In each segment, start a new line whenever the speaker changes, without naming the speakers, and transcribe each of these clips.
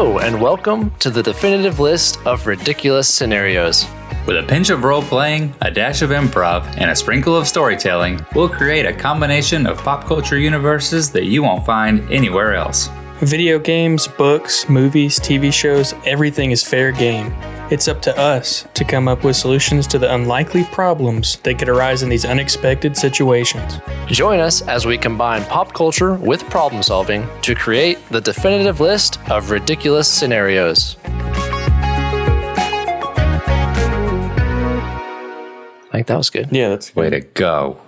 Welcome to the definitive list of ridiculous scenarios.
With a pinch of role playing, a dash of improv, and a sprinkle of storytelling, we'll create a combination of pop culture universes that you won't find anywhere else.
Video games, books, movies, TV shows, everything is fair game. It's up to us to come up with solutions to the unlikely problems that could arise in these unexpected situations.
Join us as we combine pop culture with problem solving to create the definitive list of ridiculous scenarios. I think that was good.
Yeah, that's
Way to go.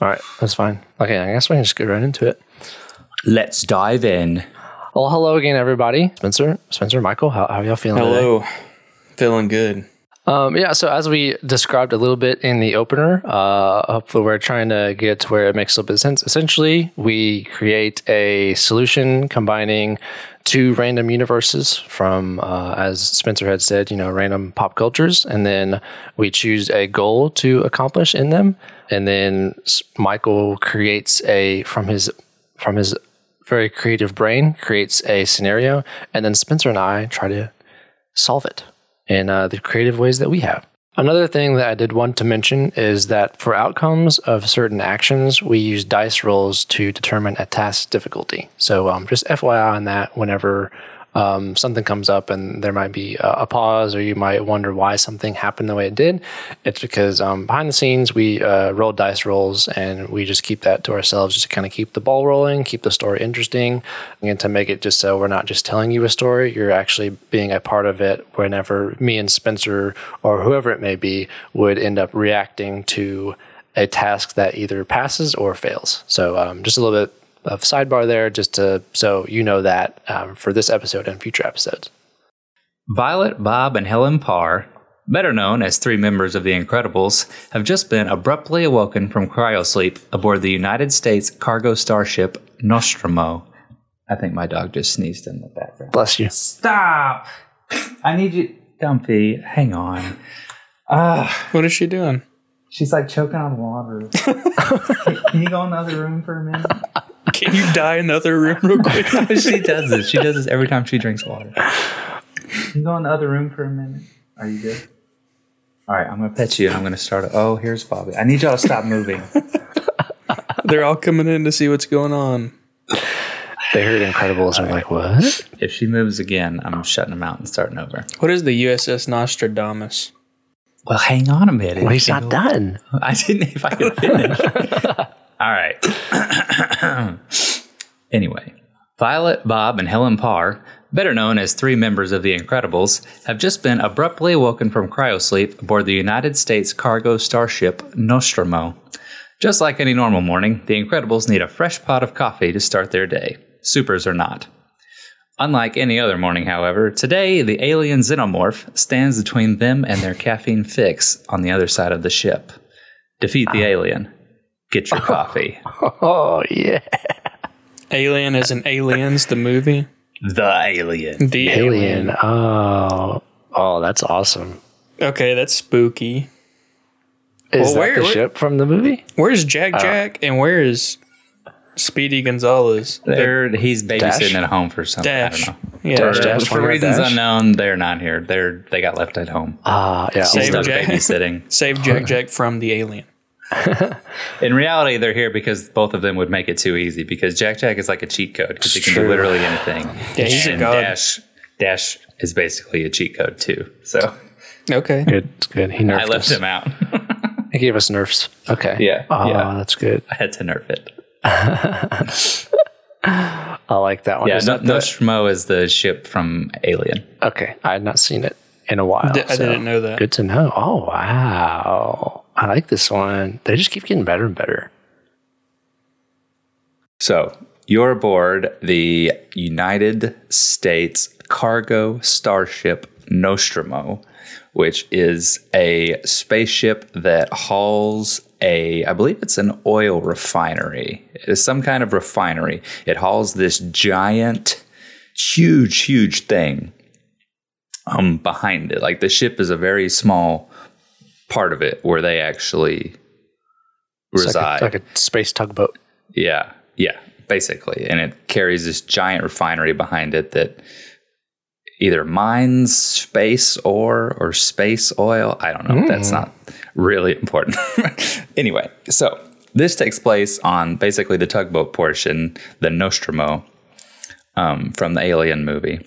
All right, that's fine. Okay, I guess we can just go right into it.
Let's dive in.
Well, hello again, everybody. Spencer, Spencer, Michael, how, how y'all feeling? today?
Hello. Feeling good.
Um, yeah, so as we described a little bit in the opener, uh, hopefully we're trying to get to where it makes a little bit of sense. Essentially, we create a solution combining two random universes from, uh, as Spencer had said, you know, random pop cultures, and then we choose a goal to accomplish in them, and then S- Michael creates a from his from his very creative brain creates a scenario, and then Spencer and I try to solve it in uh, the creative ways that we have. Another thing that I did want to mention is that for outcomes of certain actions, we use dice rolls to determine a task difficulty. So um, just FYI on that, whenever um, something comes up and there might be a, a pause or you might wonder why something happened the way it did, it's because um, behind the scenes we uh, roll dice rolls and we just keep that to ourselves just to kind of keep the ball rolling, keep the story interesting, and to make it just so we're not just telling you a story, you're actually being a part of it whenever me and Spencer or whoever it may be would end up reacting to a task that either passes or fails. So um, just a little bit of sidebar there, just to so you know that um, for this episode and future episodes.
Violet, Bob, and Helen Parr, better known as three members of the Incredibles, have just been abruptly awoken from cryosleep aboard the United States cargo starship Nostromo. I think my dog just sneezed in the background.
Bless you.
Stop! I need you, Dumpy. Hang on. Ah,
What is she doing?
she's like choking on water. can, can you go in the other room for a minute?
Can you die in the other room real quick?
she does this. She does this every time she drinks water. Can you go in the other room for a minute? Are you good? All right, I'm gonna pet you, and I'm gonna start. A- oh, here's Bobby. I need y'all to stop moving.
They're all coming in to see what's going on.
They heard Incredibles and are like, what?
if she moves again, I'm shutting them out and starting over.
What is the USS Nostradamus?
Well, hang on a minute.
Well, he's not done.
I didn't. If I could finish. All right. anyway, Violet, Bob, and Helen Parr, better known as three members of The Incredibles, have just been abruptly awoken from cryosleep aboard the United States cargo starship Nostromo. Just like any normal morning, The Incredibles need a fresh pot of coffee to start their day, supers or not. Unlike any other morning, however, today the alien xenomorph stands between them and their caffeine fix on the other side of the ship. Defeat the alien. Get your coffee.
Oh, yeah.
Alien as in Aliens, the movie?
the alien.
The
Alien. Oh, oh, that's awesome.
Okay, that's spooky. Well,
Is that
where-
the
where-
ship from the movie?
Where's Jack Jack and where is Speedy Gonzalez?
They're, he's babysitting
Dash?
at home for something.
Dash.
I don't know.
Yeah.
Dash,
For-
Dash,
for
Wonder
reasons
Dash?
unknown, they're not here. They're they got left at home.
Ah, yeah.
Save
Stuck
Jack.
babysitting.
Save Jack Jack from the alien.
In reality, they're here because both of them would make it too easy. Because Jack Jack is like a cheat code because he can do
True.
literally anything.
Yeah, he's a
and
god.
Dash Dash is basically a cheat code too. So
Okay.
Good, good. He nerfed
I
us.
left him out.
He gave us nerfs. Okay.
Yeah,
Oh,
yeah.
that's good.
I had to nerf it.
I like that one.
Yeah,
Is
no,
that the-
Nostromo is the ship from Alien.
Okay, I had not seen it in a while.
D- I
so
didn't know that.
Good to know. Oh wow, I like this one. They just keep getting better and better.
So you're aboard the United States cargo starship Nostromo, which is a spaceship that hauls a, I believe it's an oil refinery. It is some kind of refinery. It hauls this giant, huge, huge thing um, behind it. Like the ship is a very small part of it where they actually
It's
reside.
like a, like a space tugboat.
Yeah, yeah, basically. And it carries this giant refinery behind it that either mines space ore or space oil. I don't know. That's not really important. anyway, so this takes place on basically the tugboat portion, the Nostromo um, from the Alien movie.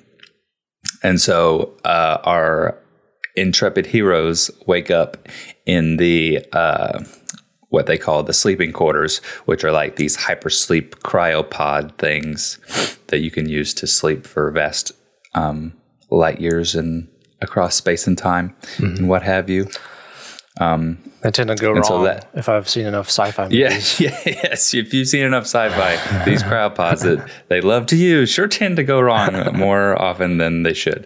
And so uh, our intrepid heroes wake up in the uh, what they call the sleeping quarters, which are like these hypersleep cryopod things that you can use to sleep for vast um, light years and across space and time and what have you.
I tend to go wrong
so that-
if I've seen enough sci-fi movies.
Yeah, yeah, yes. If you've seen enough sci-fi, these cryopods that they love to use sure tend to go wrong more often than they should.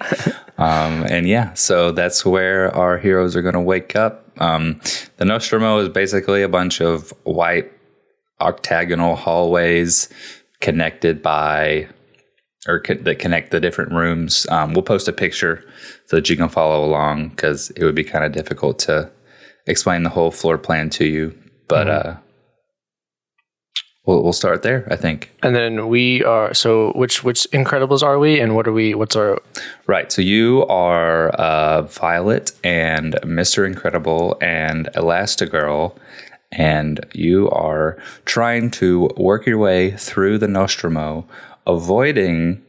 Um, and yeah, so that's where our heroes are going to wake up. Um, the Nostromo is basically a bunch of white octagonal hallways connected by or co- that connect the different rooms. Um, we'll post a picture so that you can follow along because it would be kind of difficult to explain the whole floor plan to you. But uh, we'll, we'll start there, I think.
And then we are so which which Incredibles are we and what are we what's our
Right. So you are uh, Violet and Mr. Incredible and Elastigirl, and you are trying to work your way through the Nostromo, avoiding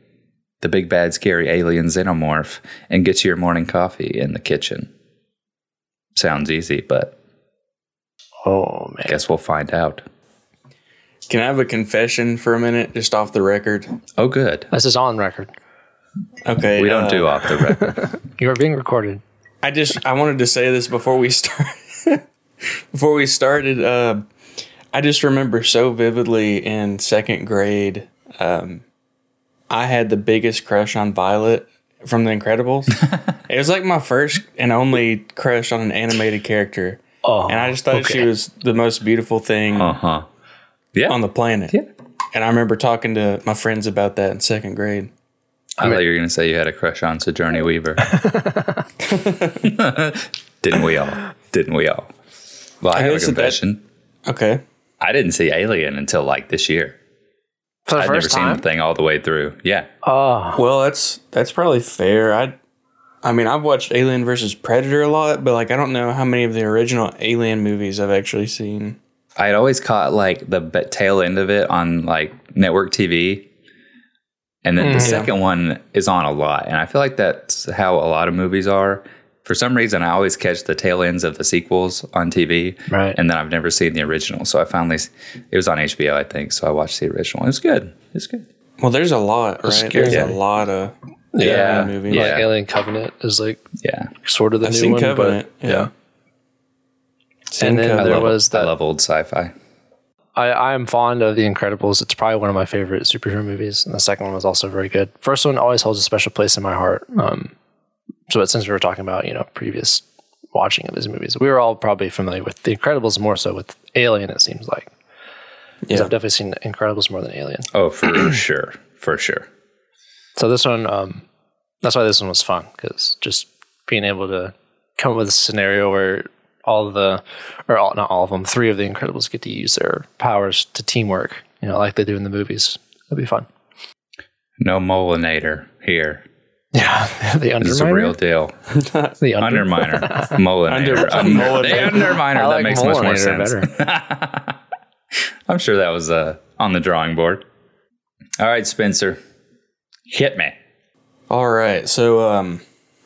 the big bad scary alien xenomorph, and get to your morning coffee in the kitchen. Sounds easy, but
Oh
I
man.
guess we'll find out.
Can I have a confession for a minute, just off the record?
Oh, good.
This is on record.
Okay.
We don't
uh,
do off the record.
You are being recorded.
I just I wanted to say this before we start. before we started, uh, I just remember so vividly in second grade, um, I had the biggest crush on Violet from The Incredibles. it was like my first and only crush on an animated character,
Oh.
and I just thought she
okay.
was the most beautiful thing
Uh huh. Yeah.
on the planet.
Yeah.
And I remember talking to my friends about that in second grade.
I thought you were going to say you had a crush on Sojourney Weaver. didn't we all? Didn't we all? Well, I, have a
guess that-
confession.
Okay.
I didn't see Alien until like this year.
For the
I'd never
first
seen
time.
the thing all the way through. Yeah.
Oh.
Well, that's that's probably fair. I I mean, I've watched Alien versus Predator a lot, but like I don't know how many of the original Alien movies I've actually seen.
I had always caught like the b- tail end of it on like network TV. And
Mm,
then the second one is on a lot. And I feel like that's how a lot of movies are. For some reason, I always catch the tail ends of the sequels on TV.
Right.
And then I've never seen the original. So I finally, s- it was on HBO, I think. So I watched the original. It was good. It's good.
Well, there's a lot, right?
scary.
There's a
Yeah.
lot of
Yeah.
Alien movies.
Like
yeah.
Alien Covenant is like
Yeah.
sort of the
I've
new
seen
one.
Covenant.
But
yeah. Seen
And then
Covenant.
there
I love-
was
I
that-
love old sci fi.
I, I am fond of The Incredibles. It's probably one of my favorite superhero movies. And the second one was also very good. First one always holds a special place in my heart. Um so but since we were talking about, you know, previous watching of these movies, we were all probably familiar with The Incredibles more so with Alien, it seems like. 'Cause
Yeah.
I've definitely seen Incredibles more than Alien.
Oh, for sure. For sure.
So this one, um, that's why this one was fun because just being able to come up with a scenario where all of the, or all, not all of them, three of the Incredibles get to use their powers to teamwork, you know, like they do in the movies. That'd be fun.
No Molinator here.
Yeah, the
This is a
underminer.
real deal.
the under-
Underminer. Molinator.
Under-
Under- the
Molinator.
Underminer.
I
That
like
makes much more
Molinator
sense.
better.
I'm sure that was uh, on the drawing board. All right, Spencer. Hit me.
All right. So, um,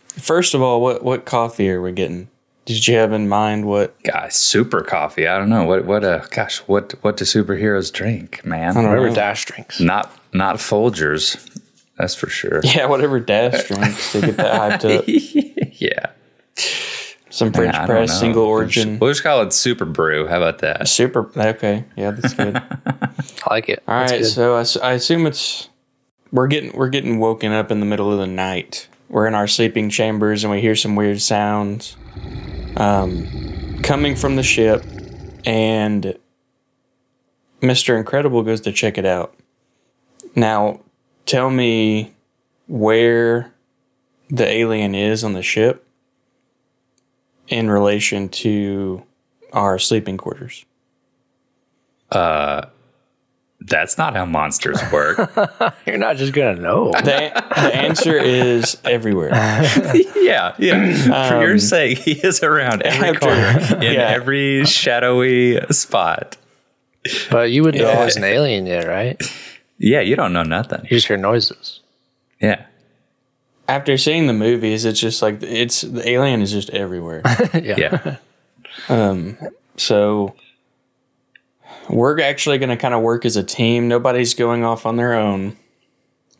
first of all, what what coffee are we getting? Did you have in mind what?
Gosh, super coffee. I don't know. What what uh gosh, what what do superheroes drink, man?
don't
Whatever
know.
Dash drinks.
Not not Folgers. That's for sure.
Yeah, whatever Dash drinks to get that hyped up.
yeah.
Some French
I don't know.
press, single origin.
We'll just call it Super Brew. How about that?
Super. Okay. Yeah, that's good.
I like it.
All
That's
right,
good.
so I, s- I assume it's we're getting we're getting woken up in the middle of the night. We're in our sleeping chambers and we hear some weird sounds um, coming from the ship, and Mister Incredible goes to check it out. Now, tell me where the alien is on the ship in relation to our sleeping quarters.
That's not how monsters work.
You're not just gonna know.
The, the answer is everywhere.
yeah, yeah. For your sake, he is around every
Um, after-
corner, in
yeah.
every shadowy spot.
But you would know I was an alien yet, right?
Yeah, you don't know nothing.
You just hear noises.
Yeah.
After seeing the movies, it's just like it's the alien is just everywhere.
Yeah.
So we're actually going to kind of work as a team. Nobody's going off on their own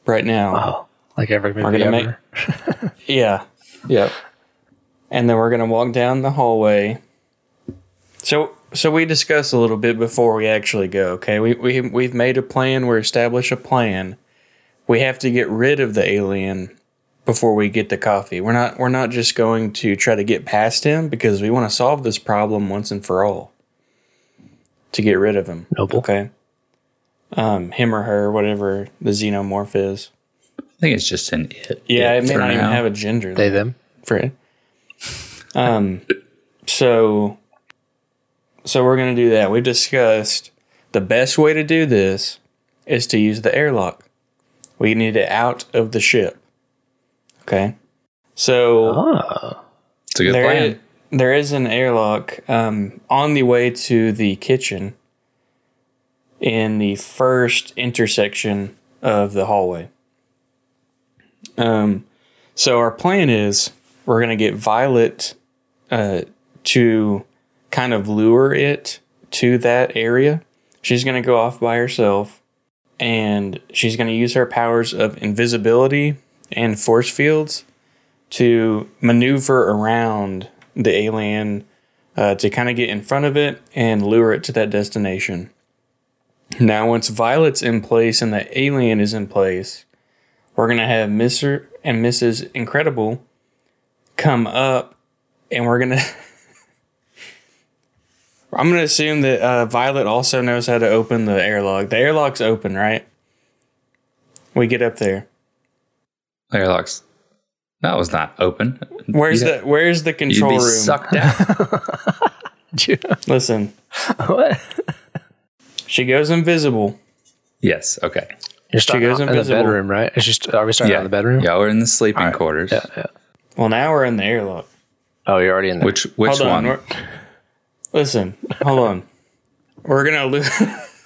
right now.
Oh, like every movie
gonna
ever.
make- Yeah. Yep. And then we're going to walk down the hallway. So so we discuss a little bit before we actually go, okay? We we we've made a plan, we're established a plan. We have to get rid of the alien before we get the coffee. We're not we're not just going to try to get past him because we want to solve this problem once and for all. To get rid of him.
Noble.
Okay. Um him or her, whatever the xenomorph is.
I think it's just an it.
Yeah,
it
it may
for
not even
now.
have a gender.
They them.
Fred. Um, so, so we're gonna do that. We've discussed the best way to do this is to use the airlock. We need it out of the ship. Okay. So
Oh.
It's a good
there,
plan.
i- there is an airlock um, on the way to the kitchen in the first intersection of the hallway. Um, so our plan is we're going to get Violet uh, to kind of lure it to that area. She's going to go off by herself and she's going to use her powers of invisibility and force fields to maneuver around the alien uh, to kind of get in front of it and lure it to that destination. Now, once Violet's in place and the alien is in place, we're going to have Mr. and Mrs. Incredible come up and we're going to. I'm going to assume that uh, Violet also knows how to open the airlock. The airlock's open, right? We get up there.
Airlocks. That was not open.
Where's
You'd-
the Where's the
You'd
control
be
room?
sucked out.
Listen,
what?
She goes invisible.
yes. Okay.
You're starting
goes
out in the
invisible.
bedroom, right? It's just are we starting out in the bedroom?
Yeah, we're in the sleeping quarters.
Yeah, yeah.
Well, now we're in the airlock.
Oh, you're already in there.
Which which
Hold on.
one?
we're- Listen, hold on. We're gonna lose.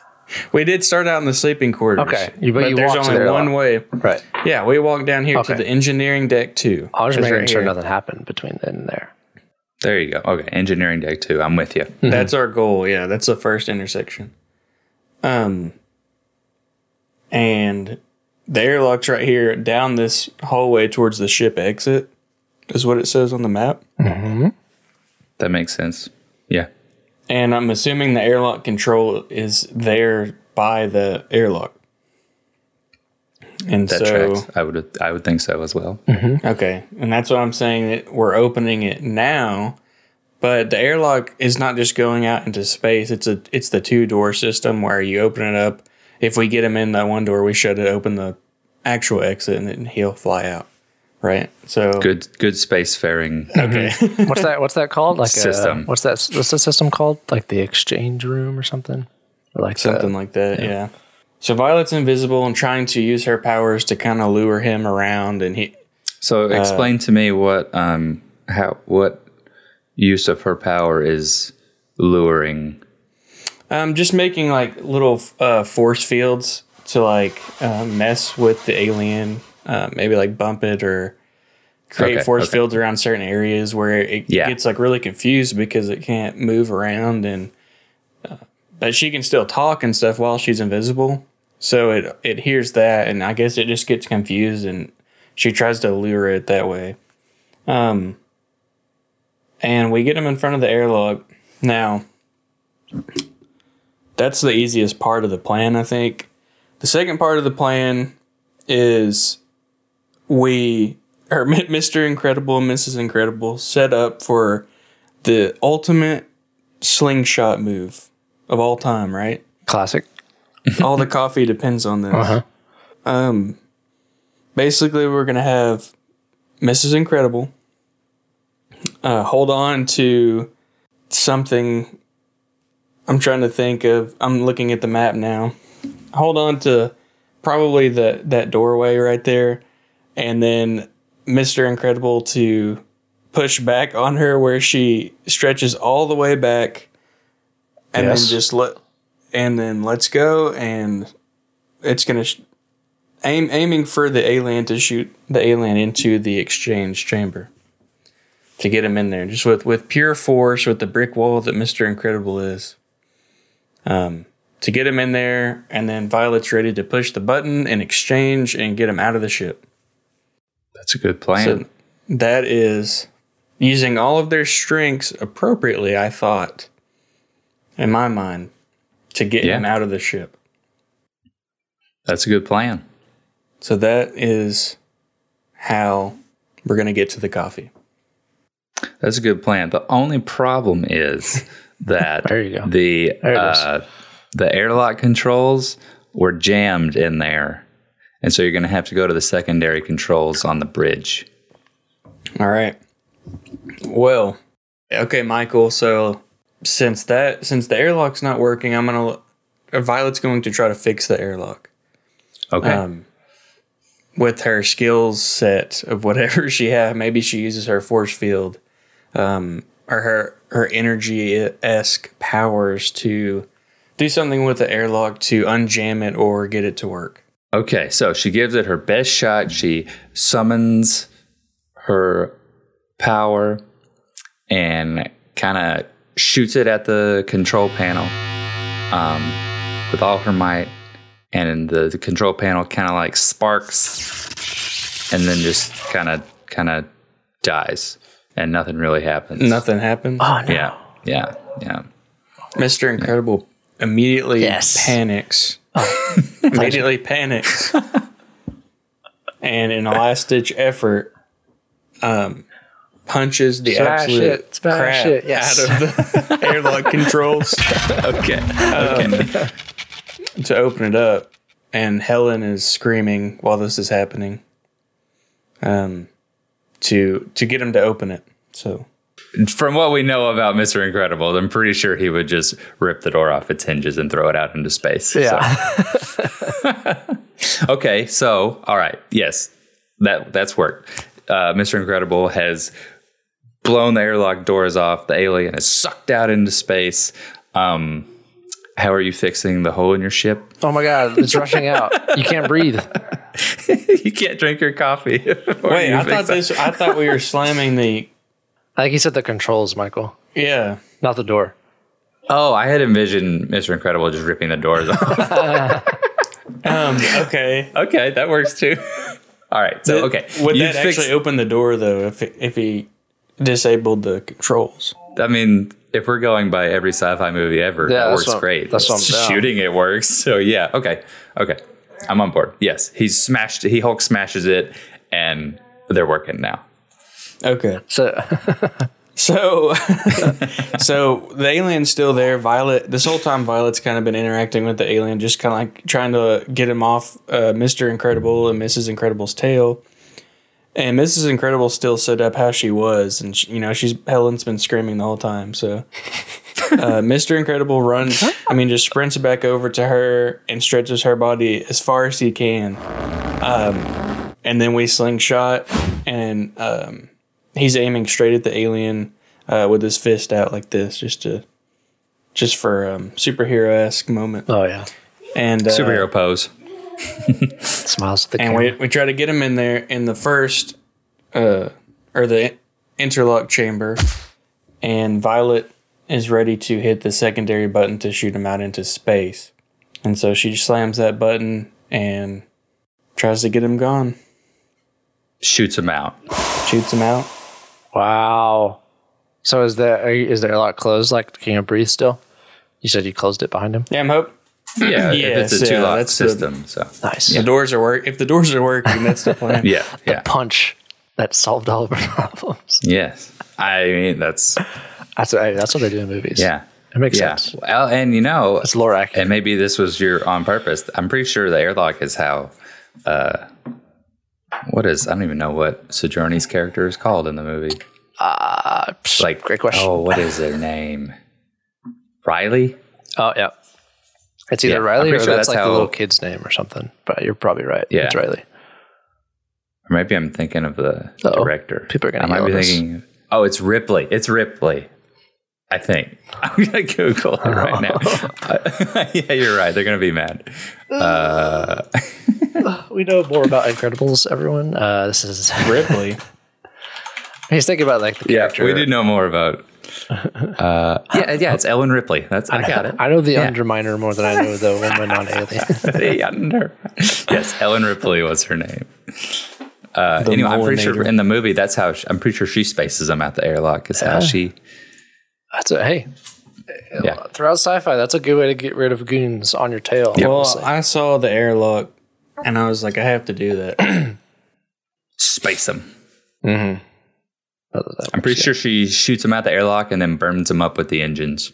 we did start out in the sleeping quarters.
Okay, you- but you
there's
walked to
only
the
one
airlock.
way.
right.
Yeah, we walked down here
Okay.
to the engineering deck too.
I was just
It's
making
right
sure
here.
nothing happened between then and there.
There you go. Okay, engineering deck two. I'm with you.
That's our goal. Yeah, that's the first intersection. Um, and the airlock's right here down this hallway towards the ship exit, is what it says on the map.
That makes sense. Yeah.
And I'm assuming the airlock control is there by the airlock. And
That
so, Hmm.
tracks. I would I would think so as well.
okay. And that's what I'm saying that we're opening it now, but the airlock is not just going out into space. It's a it's the two door system where you open it up. If we get him in that one door, we shut it open the actual exit and then he'll fly out. Right? So
Good good spacefaring.
okay.
What's that? What's that called? Like
System.
A, what's that? What's the system called? Like the exchange room or something? Or like the-
something like that. Yeah. So Violet's invisible and trying to use her powers to kind of lure him around, and he
So
Uh,
explain to me what um how what use of her power is luring.
um just making like little uh, force fields to like uh, mess with the alien, uh, maybe like bump it or create
Okay,
force
okay.
fields around certain areas where it
Yeah.
gets like really confused because it can't move around and. Uh, but she can still talk and stuff while she's invisible, so it it hears that, and I guess it just gets confused, and she tries to lure it that way. Um, and we get him in front of the airlock. Now, that's the easiest part of the plan, I think. The second part of the plan is we, or Mi- Mr. Incredible and Mrs. Incredible, set up for the ultimate slingshot move of all time, right?
classic.
all the coffee depends on this.
Uh-huh.
Um, basically, we're gonna have Mrs. Incredible uh, hold on to something. I'm trying to think of. I'm looking at the map now. hold on to probably the that doorway right there, and then Mister Incredible to push back on her where she stretches all the way back, and
Yes.
then just let and then let's go, and it's gonna sh- aim aiming for the alien to shoot the alien into the exchange chamber. To get him in there, just with, with pure force, with the brick wall that Mister Incredible is um, to get him in there, and then Violet's ready to push the button and exchange and get him out of the ship.
That's a good plan.
So that is using all of their strengths appropriately, I thought, in my mind, to get
Yeah.
him out of the ship.
That's a good plan.
So that is how we're going to get to the coffee.
That's a good plan. The only problem is that
There you go.
the
There it is.
uh, the airlock controls were jammed in there, and so you're going to have to go to the secondary controls on the bridge.
All right. Well, okay, Michael. So since that since the airlock's not working, I'm gonna Violet's going to try to fix the airlock.
Okay.
um, with her skills set of whatever she has. Maybe she uses her force field um, or her her energy esque powers to do something with the airlock to unjam it or get it to work.
Okay, so she gives it her best shot. She summons her power and kind of shoots it at the control panel um, with all her might. And the, the control panel kind of like sparks and then just kind of kind of dies and nothing really happens.
Nothing happens.
Oh, no.
Yeah. Yeah. Yeah.
Mr. Incredible immediately
Yes.
panics. immediately panics. and in a last ditch effort, um, punches the
Smash
absolute
it, smash
crap
it, yes.
out of the airlock controls
Okay.
to open it up. And Helen is screaming while this is happening. Um, to to get him to open it. So
From what we know about Mr. Incredible, I'm pretty sure he would just rip the door off its hinges and throw it out into space.
Yeah.
So- okay. So, all right. Yes, that that's worked. Uh, Mr. Incredible has blown the airlock doors off. The alien is sucked out into space. Um, how are you fixing the hole in your ship?
Oh my God, it's rushing out. You can't breathe.
you can't drink your coffee.
wait, I thought this. I thought we were slamming the.
I think he said the controls, Michael,
Yeah.
not the door.
Oh, I had envisioned Mr. Incredible just ripping the doors off.
Um. Okay.
okay, that works too. All right. So, okay.
Would
you
that
fixed-
actually open the door though if if he disabled the controls?
I mean, if we're going by every sci-fi movie
Yeah,
ever, that
that's
works
what-
great.
that's what I'm down.
shooting. It works. So yeah, okay, okay, I'm on board. Yes, he's smashed. He Hulk smashes it, and they're working now.
Okay.
So
So so the alien's still there. Violet this whole time Violet's kind of been interacting with the alien just kind of like trying to get him off uh, Mr. Incredible and Mrs. Incredible's tail. And Mrs. Incredible still set up how she was and she, you know she's Helen's been screaming the whole time. So uh, Mr. Incredible runs, I mean, just sprints back over to her and stretches her body as far as he can. Um, and then we slingshot, and um, he's aiming straight at the alien uh, with his fist out like this, just to, just for um, superhero esque moment.
Oh yeah.
And uh,
Superhero pose.
Smiles at the
and
camera.
we, we try to get him in there in the first uh or the interlock chamber and violet is ready to hit the secondary button to shoot him out into space and so she slams that button and tries to get him gone
Shoots him out.
shoots him out
Wow. So is there are you, is there a lot closed? Like can you breathe still? You said you closed it behind him.
yeah i'm hope
Yeah, if it's a
Yes, yeah,
two-lock
that's the-
system. so
Nice.
the doors are work if the doors are working that's the plan
yeah, yeah,
Punch that solved all of our problems.
yes. I mean, that's
That's what, hey, that's what they do in movies.
yeah,
it makes
yeah.
sense.
Well, and you know,
It's Lorac.
and maybe this was your on purpose. I'm pretty sure the airlock is how. Uh, what is? I don't even know what Sojourney's character is called in the movie. Uh, like
great question.
Oh, what is their name? Riley.
Oh yeah. It's either
Yeah, I'm
Riley or that's,
pretty sure that's
like the
how-
little kid's name or something. But you're probably right.
Yeah.
It's Riley.
Or maybe I'm thinking of the
Uh-oh.
director.
People are gonna
I might
yell
be
at us.
thinking. Oh, it's Ripley. It's Ripley. I think I'm gonna Google it right now. yeah, you're right. They're gonna be mad. Uh,
We know more about Incredibles, everyone. Uh, this is
Ripley.
he's thinking about like the
yeah,
character.
we do know more about. Uh, yeah, yeah, it's Ellen Ripley. That's I got it.
I know the
Yeah.
Underminer more than I know the woman on Alien.
the under. Yes, Ellen Ripley was her name. Uh,
The
anyway, I'm pretty sure
Molinator.
in the movie that's how she, I'm pretty sure she spaces them out the airlock. Is
Ah.
how she.
That's a, hey,
Yeah,
throughout sci-fi, that's a good way to get rid of goons on your tail.
well,
honestly.
I saw the airlock and I was like, I have to do that.
space them. Mm-hmm.
Other than-
I'm pretty sure she shoots them out the airlock and then burns them up with the engines.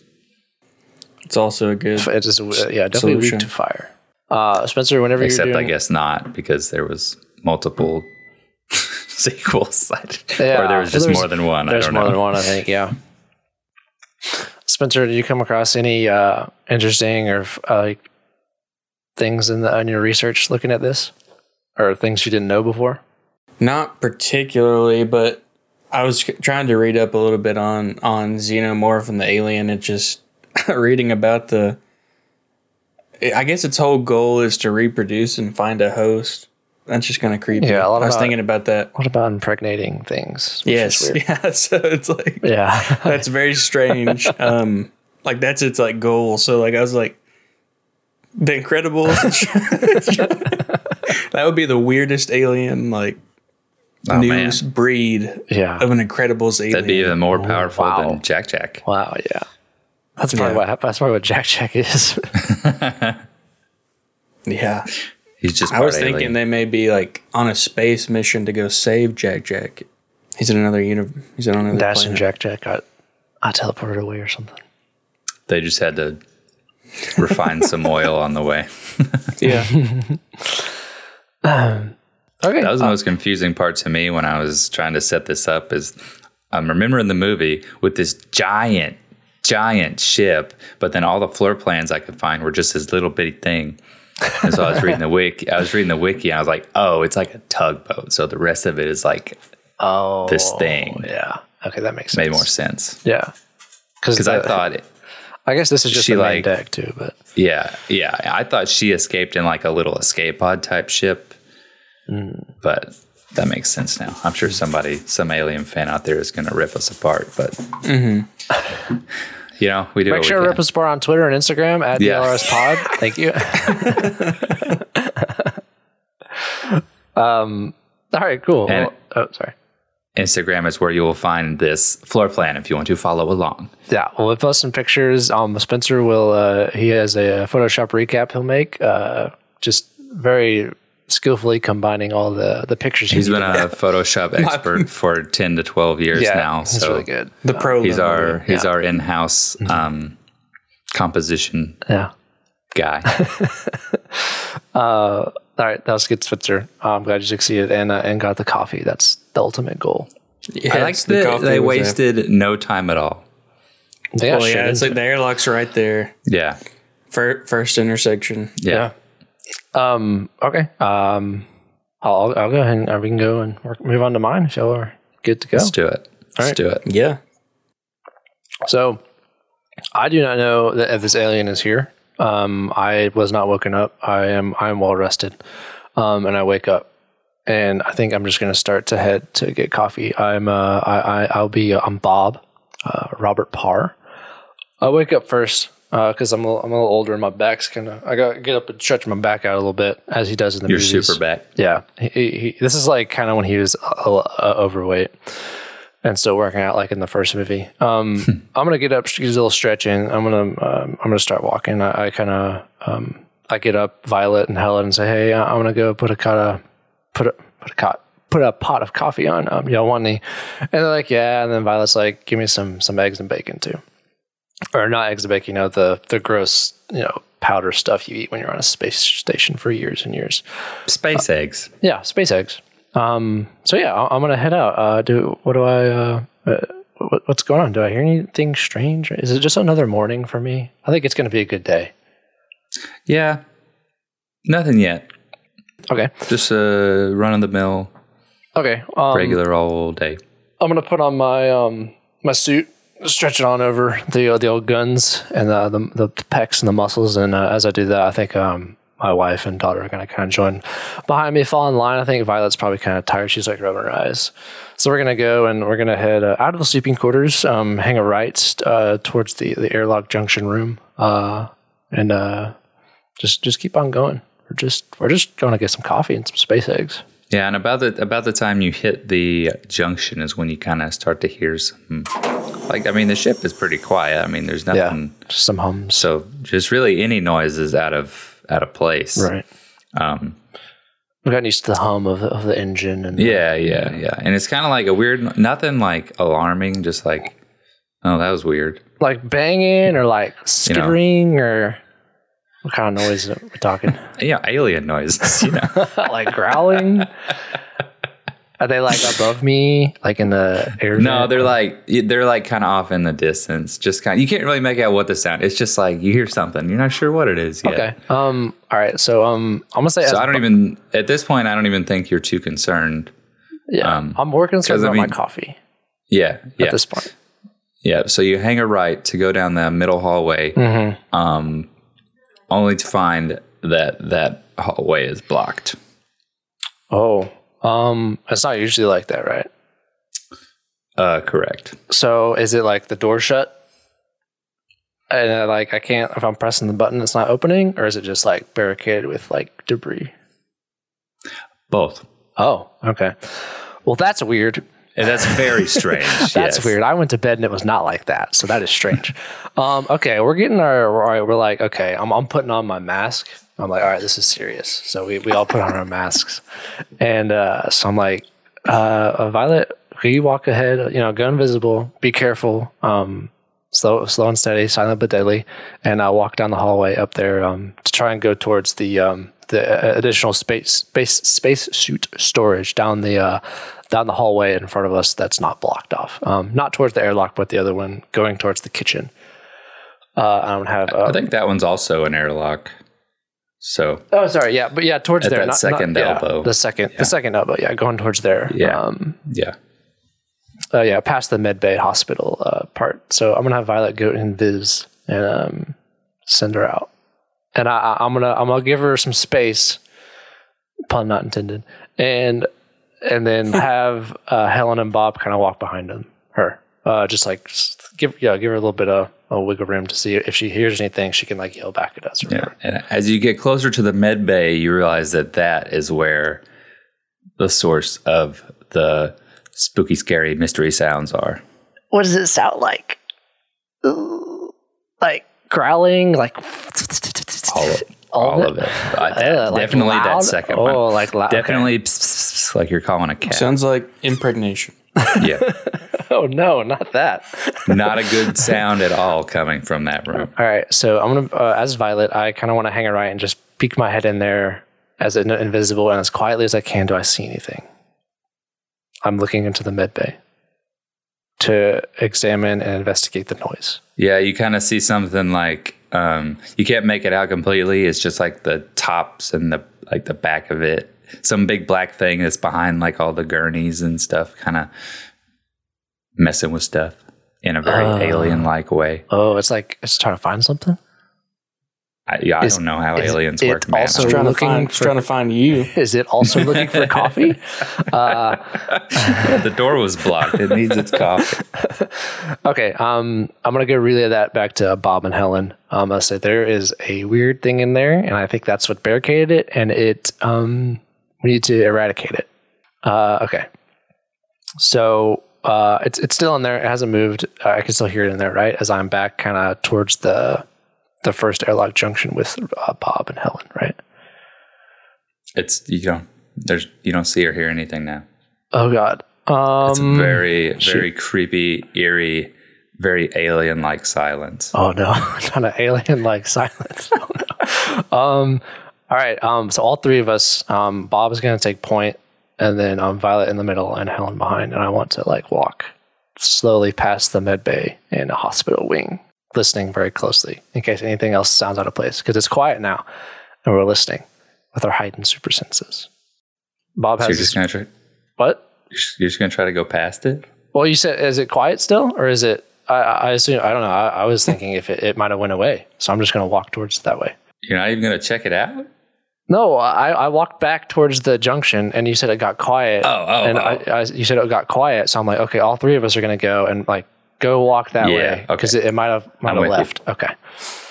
It's also a good.
it is uh, yeah definitely
Solution.
weak to fire. Uh, Spencer, whenever
Except
you're
I
doing,
guess not because there was multiple sequels,
Yeah,
or there was just
there's-
more than one. I
there's
don't
more
know.
than one, I think. Yeah. Spencer, did you come across any uh, interesting or uh, things in the on your research looking at this, or things you didn't know before?
Not particularly, but I was c- trying to read up a little bit on on Xenomorph and the alien. It just reading about the. I guess its whole goal is to reproduce and find a host. That's just kind of creepy.
Yeah, a lot
I was
about-
thinking about that.
What about impregnating things? which is
Yes,
weird?
yeah. So it's like
Yeah.
that's very strange. um, like that's its like goal. So like I was like, the Incredibles. that would be the weirdest alien like
Oh, man.
news breed
Yeah.
of an Incredibles alien.
That'd be even more powerful
wow.
than Jack Jack.
Wow. Yeah. That's probably
Yeah.
what that's probably what Jack Jack is.
yeah,
He's just.
I was
part
thinking
alien.
they may be like on a space mission to go save Jack Jack. He's in another universe. He's in another
Dash
planet.
and Jack Jack got I teleported away or something.
they just had to refine some oil on the way.
Yeah,
Okay.
That was the most confusing part to me when I was trying to set this up is I'm remembering the movie with this giant, giant ship, but then all the floor plans I could find were just this little bitty thing. And so I was reading the wiki I was reading the wiki and I was like, oh, it's like a tugboat. So the rest of it is like
oh.
this thing.
Yeah. Okay, that makes sense.
Made more sense.
Yeah.
Because I thought it,
I guess this is just
she,
the main
like-
deck too, but
yeah, yeah. I thought she escaped in like a little escape pod type ship. But that makes sense now. I'm sure somebody, some alien fan out there is going to rip us apart, but you know, we do.
Make
what
sure to
we can.
rip us apart on Twitter and Instagram at
Yeah.
DLRS Pod. Thank you. um, Um, all right, cool.
And-
Well, oh, sorry.
Instagram is where you will find this floor plan if you want to follow along.
Yeah, well, we'll post some pictures. Um, Spencer will. Uh, he has a Photoshop recap he'll make. Uh, just very skillfully combining all the the pictures.
He's
he-
been a Photoshop expert for 10 to 12 years
yeah,
now.
He's
So
really good.
the pro.
he's
level.
our, he's our in-house, um, composition
Yeah.
guy.
All right, that was good, Spencer. I'm glad you succeeded and uh, and got the coffee. That's the ultimate goal.
I
Yes,
like
the
that
coffee
they
was there.
wasted no time at all.
They got
Well,
straight
yeah, it's
into
like the airlock's right there.
Yeah.
Fir- first intersection.
Yeah.
Um. Okay. Um. I'll I'll go ahead and uh, we can go and work, move on to mine if y'all are good to go.
Let's do it. Let's
Oh. All right.
do it.
Yeah.
So, I do not know that if this alien is here. Um. I was not woken up. I am. I am well rested. Um. And I wake up, and I think I'm just gonna start to head to get coffee. I'm. Uh. I. I I'll be. I'm Bob. Uh. Robert Parr. I wake up first. Uh, because I'm a little, I'm a little older and my back's kind of I gotta get up and stretch my back out a little bit as he does in the
You're
movies.
super back.
Yeah, he, he, he- this is like kind of when he was uh, uh, overweight and still working out, like in the first movie. Um, I'm gonna get up, get a little stretch in. I'm gonna um, I'm gonna start walking. I, I kind of um, I get up, Violet and Helen, and say, "Hey, I- I'm gonna go put a cut of put a put a cot." Put a pot of coffee on. Um, y'all want any? And they're like, yeah. And then Violet's like, give me some some eggs and bacon too, or not eggs and bacon. You know the the gross you know powder stuff you eat when you're on a space station for years and years.
Space eggs.
Yeah, SpaceX. Um, so yeah, I- I'm gonna head out. Uh, do what do I? Uh, uh, what, what's going on? Do I hear anything strange? Is it just another morning for me? I think it's gonna be a good day.
Yeah. Nothing yet.
Okay.
Just a run of the mill,
Okay. Um,
regular old day.
I'm gonna put on my um my suit, stretch it on over the uh, the old guns and uh, the the pecs and the muscles. And uh, as I do that, I think um my wife and daughter are gonna kind of join behind me, fall in line. I think Violet's probably kind of tired; she's like rubbing her eyes. So we're gonna go and we're gonna head uh, out of the sleeping quarters, um, hang a right uh, towards the the airlock junction room, uh, and uh, just just keep on going. We're just we're just going to get some coffee and some space eggs.
Yeah, and about the about the time you hit the junction is when you kind of start to hear some. Like I mean, the ship is pretty quiet. I mean, there's
Yeah,
nothing.
just some hums.
So just really any noise is out of out of place.
Right.
Um,
I've gotten used to the hum of, of the engine and
Yeah, yeah, yeah. And it's kind of like a weird, nothing like alarming, just like, oh, that was weird.
like banging or like skittering or what kind of noise are we talking?
Yeah, alien noises, you know.
like growling? Are they like above me, like in the air?
no,
vent?
they're like they're like kind of off in the distance. Just kind, you can't really make out what the sound. It's just like you hear something, you're not sure what it is yet.
okay. Um. All right. So um, I'm gonna say
So
as-
I don't even at this point, I don't even think you're too concerned.
yeah,
um,
I'm more concerned
'cause I
about
mean-
my coffee
Yeah, yeah,
at this point.
yeah. So you hang a right to go down the middle hallway,
Hmm. Mm-hmm.
um, only to find that that hallway is blocked.
Oh. Um. It's not usually like that, right?
Uh, correct.
So is it like the door shut? And uh, like I can't if I'm pressing the button, it's not opening, or is it just like barricaded with like debris?
Both.
Oh, okay. Well, that's weird.
And that's very strange.
That's
yes.
weird. I went to bed and it was not like that, so that is strange. um, okay, we're getting our. All right, we're like, okay, I'm, I'm putting on my mask. I'm like, all right, this is serious. So we, we all put on our masks, and uh, so I'm like, uh, uh, Violet, can you walk ahead? You know, go invisible. Be careful. Um, slow, slow and steady, silent but deadly. And I walk down the hallway up there um, to try and go towards the um, the uh, additional space space space suit storage down the uh, down the hallway in front of us. That's not blocked off. Um, not towards the airlock, but the other one going towards the kitchen. Uh, I don't have.
I
Uh,
think that one's also an airlock. So
oh, sorry. Yeah, but yeah, towards
At
there.
that
not-
second
not- yeah,
elbow.
the second, the second elbow. Yeah, going towards there.
Yeah.
Um,
yeah,
uh, yeah, past the med bay hospital uh, part. So I'm gonna have Violet go in Viz and um, send her out, and I, I- I'm gonna I'm gonna give her some space, pun not intended, and and then have uh, Helen and Bob kind of walk behind them, her, uh, just like s- give yeah give her a little bit of a wiggle room to see if she hears anything, she can like yell back at us. Or
yeah. And as you get closer to the med bay, you realize that that is where the source of the spooky, scary mystery sounds are.
What does it sound like? Like growling, like
All of,
All
all
of
of it. I-
Uh, like
definitely
loud?
that second
oh,
one.
like loud. okay.
Definitely, pss, pss, pss, like you're calling a cat.
Sounds like impregnation.
yeah,
Oh no, not that.
not a good sound at all coming from that room.
All right, so I'm gonna uh, as Violet. I kind of want to hang a right and just peek my head in there as in- invisible and as quietly as I can. Do I see anything? I'm looking into the med bay to examine and investigate the noise.
Yeah, you kind of see something like um, you can't make it out completely. It's just like the tops and the like the back of it. Some big black thing that's behind like all the gurneys and stuff, kind of messing with stuff in a very
Oh.
alien-like way.
Oh, it's like it's trying to find something.
I, yeah,
Is-
I don't know how
is
aliens
it
work, man.
also-
It's trying to
Looking
find, it's
for-
trying to find you.
Is it also looking for coffee? Uh,
the door was blocked. It needs its coffee.
Okay, um, I'm gonna go relay that back to Bob and Helen. Um, I say there is a weird thing in there, and I think that's what barricaded it, and it um, we need to eradicate it. Uh, okay, so uh, it's it's still in there. It hasn't moved. Uh, I can still hear it in there, right? As I'm back, kind of towards the the first airlock junction with uh, Bob and Helen, right?
It's you don't there's you don't see or hear anything now.
Oh God,
It's
um,
very very creepy, eerie, very alien-like silence.
Oh no, not an alien like silence. Oh, no. um, all right. Um, so all three of us, um, Bob is going to take point, and then um, Violet in the middle and Helen behind, and I want to like walk slowly past the med bay and the hospital wing listening very closely in case anything else sounds out of place because it's quiet now and we're listening with our heightened super senses. Bob
So
has
you're just gonna try,
what?
you're just- you're just gonna try to go past it.
Well, you said is it quiet still or is it? I, I I assume I don't know. I, I was thinking if it, it might have went away, so I'm just going to walk towards it that way.
You're not even gonna check it out.
No, I, I walked back towards the junction, and you said it got quiet.
Oh, oh,
and
oh.
I, I, you said it got quiet, so I'm like, okay, all three of us are gonna go and like go walk that
Yeah,
way
okay.
because it, it might have might
I'm
have
with you.
left. Okay,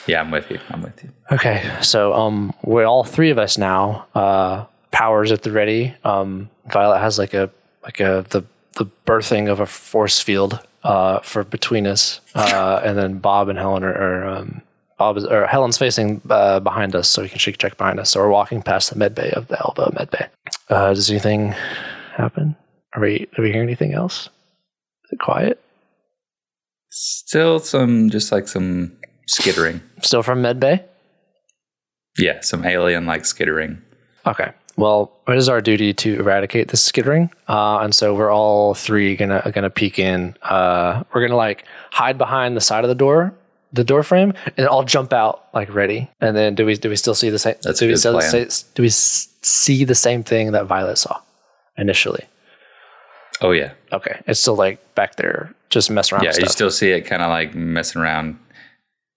Yeah, I'm with you. I'm with you.
okay. So um, we're all three of us now. Uh, powers at the ready. Um, Violet has like a like a the the birthing of a force field uh for between us, uh, and then Bob and Helen are. are um, Bob is, or Helen's facing uh, behind us, so we can she can check behind us. So we're walking past the med bay of the elbow med bay. Uh, does anything happen? Are we are we hearing anything else? Is it quiet?
Still some, just like some skittering.
Still from med bay?
Yeah, some alien like skittering.
Okay. Well, it is our duty to eradicate this skittering, uh, and so we're all three gonna gonna peek in. Uh, we're gonna like hide behind the side of the door, the door frame, and all jump out like ready. And then do we do we still see the same?
That's
do
a
we
good
still
plan.
say- do we s- see the same thing that Violet saw initially?
Oh yeah,
Okay, it's still like back there, just mess around.
yeah.
with
You
stuff.
still see it kind of like messing around,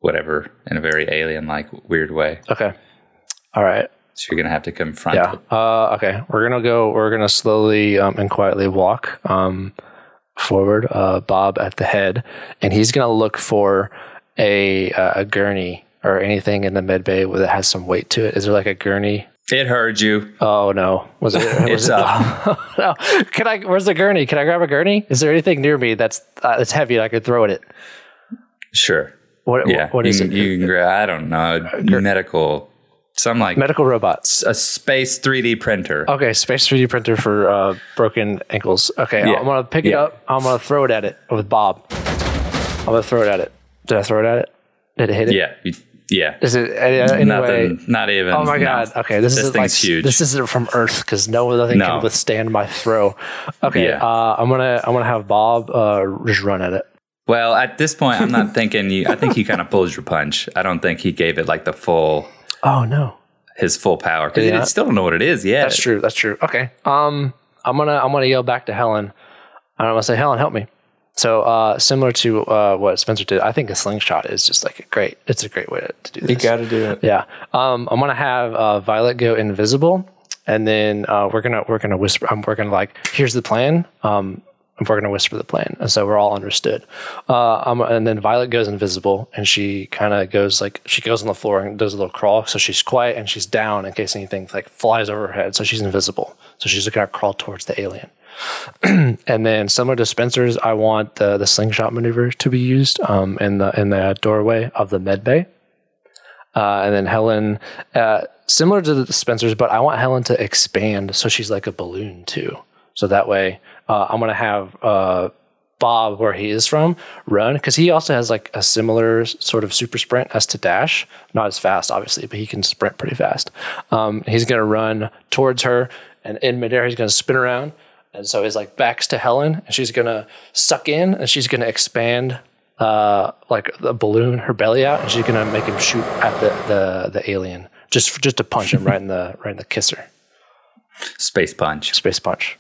whatever, in a very alien like weird way.
okay. All right.
So you're gonna have to confront
Yeah.
it.
Uh, okay. We're gonna go. We're gonna slowly um, and quietly walk um, forward. Uh, Bob at the head, and he's gonna look for a uh, a gurney or anything in the mid bay that has some weight to it. Is there like a gurney?
It heard you.
Oh no. Was it? Was
It's uh,
it
up.
no. Can I? Where's the gurney? Can I grab a gurney? Is there anything near me that's uh, that's heavy? and I could throw at it.
Sure.
What?
Yeah.
What
you
is
can,
it? Uh,
You can grab. I don't know. medical. Some like
Medical robots.
s- a space 3D printer.
Okay, space 3D printer for uh, broken ankles. Okay,
Yeah.
I'm gonna pick it
Yeah.
up. I'm gonna throw it at it with Bob. I'm gonna throw it at it. Did I throw it at it? Did it hit it?
Yeah. you- yeah.
Is it uh, anyway?
Nothing. Not even.
Oh my
no.
god. Okay, this,
This
is
thing's
like
huge.
this isn't from Earth because no nothing
No.
can withstand my throw. Okay,
Yeah.
uh, I'm gonna I'm gonna have Bob uh, just run at it.
Well, at this point, I'm not thinking. You, I think he kind of pulled your punch. I don't think he gave it like the full
Oh no.
his full power because
Yeah.
he still don't know what it is yet.
That's true. That's true. Okay. Um, I'm gonna I'm gonna yell back to Helen, and I'm gonna say, Helen, help me. So uh, similar to uh, what Spencer did, I think a slingshot is just like a great. It's a great way to, to do this.
You got to do it.
yeah. Um, I'm gonna have uh, Violet go invisible, and then uh, we're gonna we're gonna whisper. I'm we're gonna like here's the plan. Um, and we're gonna whisper the plan, and so we're all understood. Uh, um, and then Violet goes invisible, and she kind of goes like she goes on the floor and does a little crawl. So she's quiet and she's down in case anything like flies over her head. So she's invisible. So she's gonna crawl towards the alien. And then similar to Spencer's, I want the, the slingshot maneuver to be used um, in the in the doorway of the med bay. Uh, and then Helen, uh, similar to the Spencer's, but I want Helen to expand so she's like a balloon too. So that way, uh, I'm gonna have uh, Bob, where he is from, run because he also has like a similar s- sort of super sprint as to Dash. Not as fast, obviously, but he can sprint pretty fast. Um, he's gonna run towards her, and in midair, he's gonna spin around. And so his like backs to Helen, and she's gonna suck in, and she's gonna expand uh, like the balloon, her belly out, and she's gonna make him shoot at the the, the alien just just to punch him right in the right in the kisser
Space punch.
space punch.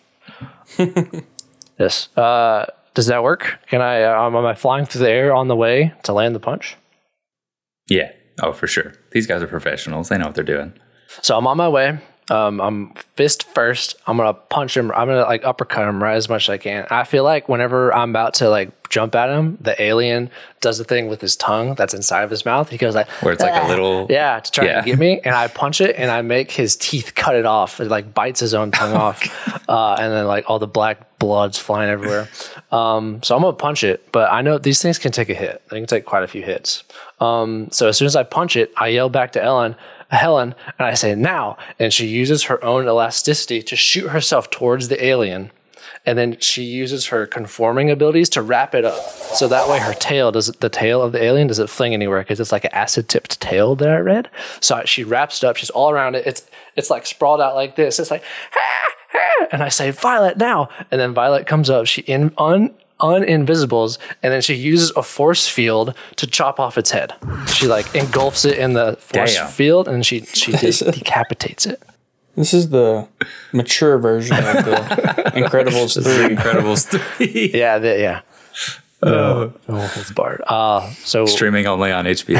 yes. Uh, does that work? Can I? Uh, am I flying through the air on the way to land the punch?
Yeah. Oh, for sure. These guys are professionals. They know what they're doing.
So I'm on my way. Um, I'm fist first. I'm gonna punch him. I'm gonna like uppercut him right as much as I can. I feel like whenever I'm about to like jump at him, the alien does the thing with his tongue that's inside of his mouth. He goes like, "Ah,
Where it's like a little.
Yeah, to try
Yeah.
to get me, and I punch it, and I make his teeth cut it off. It like bites his own tongue off, uh, and then like all the black blood's flying everywhere. Um, so I'm gonna punch it, but I know these things can take a hit. They can take quite a few hits. Um, so as soon as I punch it, I yell back to Ellen, Helen, and I say now, and she uses her own elasticity to shoot herself towards the alien. And then she uses her conforming abilities to wrap it up, so that way her tail does the tail of the alien doesn't fling anywhere because it's like an acid-tipped tail that I read. So she wraps it up. She's all around it. It's it's like sprawled out like this. It's like, and I say Violet now, and then Violet comes up. She in un uninvisibles, and then she uses a force field to chop off its head. She like engulfs it in the force
Damn.
field, and she she just decapitates it.
This is the mature version of the Incredibles three.
Incredibles 3.
Yeah, the, yeah. No, no holds barred. Uh, so
Streaming only on HBO.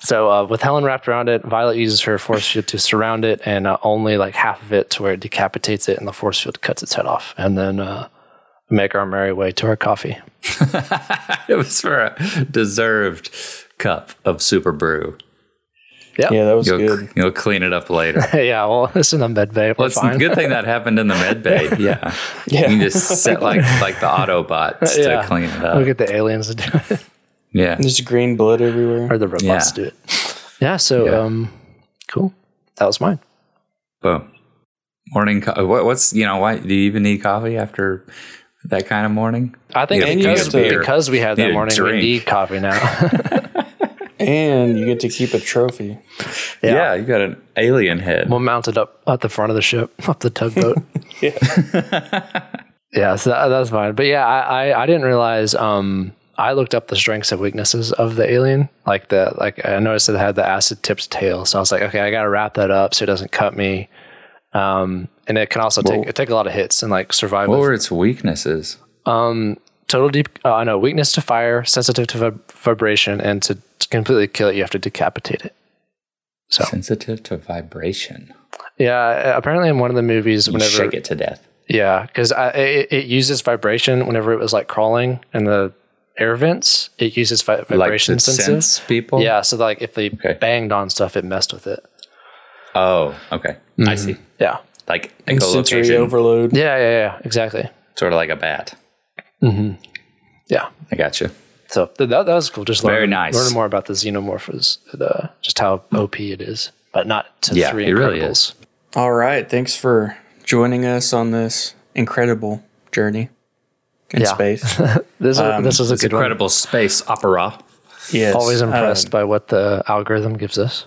so uh, with Helen wrapped around it, Violet uses her force field to surround it, and uh, only like half of it to where it decapitates it, and the force field cuts its head off, and then uh, make our merry way to our coffee.
it was for a deserved cup of super brew.
Yeah, that was
You'll,
good.
you'll clean it up later.
yeah, well, it's in the med bay. We're
Well, it's a
fine.
good thing that happened in the med bay. Yeah.
Yeah.
You can just set like like the Autobots
Yeah.
to clean it up.
We'll get the aliens to do it,
Yeah.
There's green blood everywhere.
or the robots
Yeah.
to do it. Yeah. So,
Yeah.
um, cool. That was mine.
Boom. Morning. Co- what, what's you know? Why do you even need coffee after that kind of morning?
I think
Yeah,
you
because,
get a beer.
because we had that
Need a
morning, we
drink.
need coffee now.
And you get to keep a trophy.
Yeah.
Yeah, you got an alien head.
we'll mount it up at the front of the ship, up the tugboat. yeah. So that, that's fine. But yeah, I, I, I didn't realize, um, I looked up the strengths and weaknesses of the alien, like the like. I noticed that it had the acid tipped tail, so I was like, okay, I gotta wrap that up so it doesn't cut me. Um, and it can also take it take a lot of hits and like survive.
what
with
were its weaknesses?
total deep uh, no weakness to fire sensitive to vib- vibration and to completely kill it you have to decapitate it No.
Sensitive to vibration.
yeah apparently in one of the movies
You
whenever
shake it to death.
yeah because it, it uses vibration whenever it was like crawling in the air vents it uses vi- vibration
like to
sensitive
sense people.
yeah so like if they
Okay.
banged on stuff it messed with it
Oh, okay.
Mm-hmm.
I see.
yeah
Like
Sensory
echolocation,
overload.
yeah yeah yeah exactly
sort of like a bat.
yeah
I got you.
so th- that, that was cool just
Very
learning,
nice.
learning more about the xenomorph is the just how op it is but not to
Yeah,
three
it really
Incredibles.
is.
All right. Thanks for joining us on this incredible journey in
Yeah.
space.
this is this is a good one.
Incredible space opera.
yes.
Always
um,
impressed by what the algorithm gives us.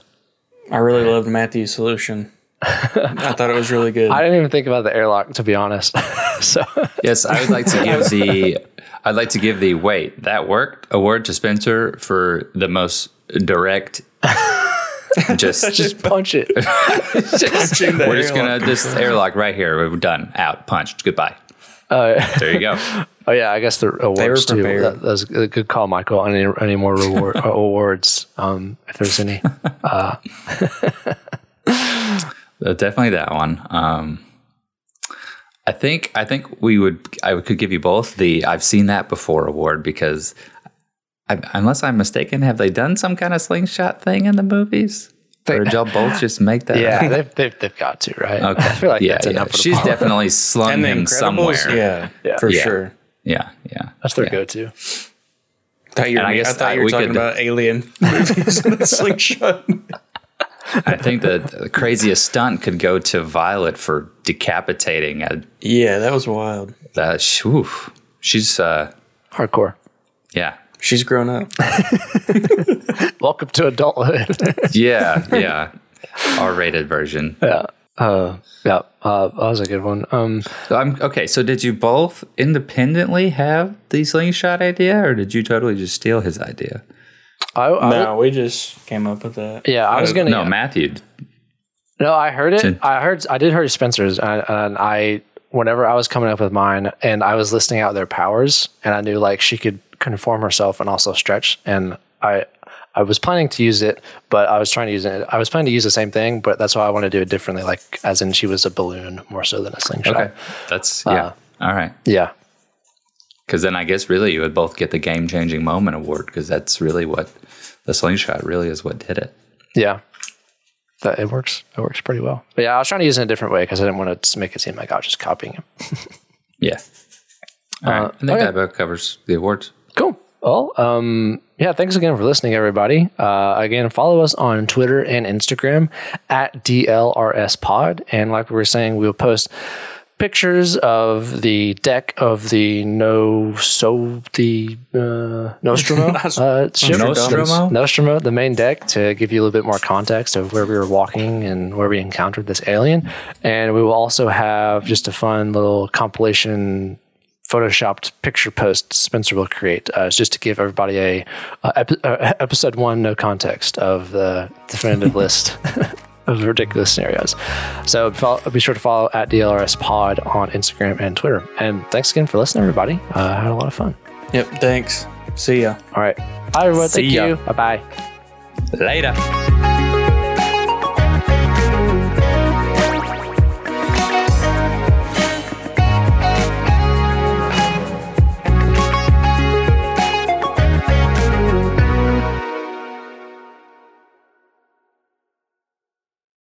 I really loved Matthew's solution. I thought it was really good.
I didn't even think about the airlock, to be honest. so
Yes, I would like to give the I'd like to give the wait that worked award to Spencer for the most direct. Just,
just punch it.
just-
Punching the
we're just
airlock.
gonna this airlock right here. We're done. Out. Punched. Goodbye.
Uh,
there you go. Uh,
Oh yeah, I guess the awards too.
prepared.
That, that was a good call, Michael. Any any more reward uh, awards? Um, if there's any,
Uh, Definitely that one. Um, I think I think we would I could give you both the I've seen that before award because I, unless I'm mistaken, have they done some kind of slingshot thing in the movies? or did y'all both just make that? up?
yeah, they've, they've they've got to right.
Okay.
I feel like
yeah,
that's
yeah.
enough.
She's definitely slung
and the
him
Incredibles,
somewhere.
yeah, for
Yeah.
sure.
Yeah. Yeah.
that's their go-to.
Thought you were,
And I
I,
guess
thought
I-
you were
we
talking
could-
about alien movies and the slingshot.
I think the, the craziest stunt could go to Violet for decapitating a,
Yeah, that was wild.
that. sh- oof. She's, uh,
Hardcore.
yeah.
She's grown up.
Welcome to adulthood.
Yeah. Yeah. R rated version.
yeah, uh, that was a good one. Um,
So I'm, okay. So did you both independently have the slingshot idea or did you totally just steal his idea?
I, I
No, we just came up with that.
yeah, I was gonna
uh, No, Matthew.
No, I heard it.
To-
I heard. I did hear Spencer's, and, and I, whenever I was coming up with mine, and I was listing out their powers, and I knew like she could conform herself and also stretch, and I, I was planning to use it, but I was trying to use it. I was planning to use the same thing, but that's why I wanted to do it differently. Like, as in, she was a balloon more so than a slingshot.
Okay. That's, yeah.
uh.
All right.
Yeah.
Because then I guess really you would both get the game changing moment award because that's really what the slingshot really is what did it.
Yeah. That it works. It works pretty well. But yeah, I was trying to use it in a different way because I didn't want to make it seem like I was just copying him.
Yeah. All right. I think
Uh, okay.
that about covers the awards.
Cool. Well, um, yeah, thanks again for listening, everybody. Uh, again, follow us on Twitter and Instagram at DLRS Pod. And like we were saying, we'll post pictures of the deck of the No So the uh, Nostromo uh, ship.
Nostromo?
Nostromo, the main deck, to give you a little bit more context of where we were walking and where we encountered this alien. And we will also have just a fun little compilation photoshopped picture post Spencer will create. Uh, it's just to give everybody a, a epi- uh, episode one no context of the definitive list of the ridiculous scenarios. So fol- be sure to follow at DLRS Pod on Instagram and Twitter. And thanks again for listening, everybody. Uh, I had a lot of fun.
Yep. Thanks. See ya.
All right, hi everyone.
See
Thank
ya.
you. Bye bye.
Later.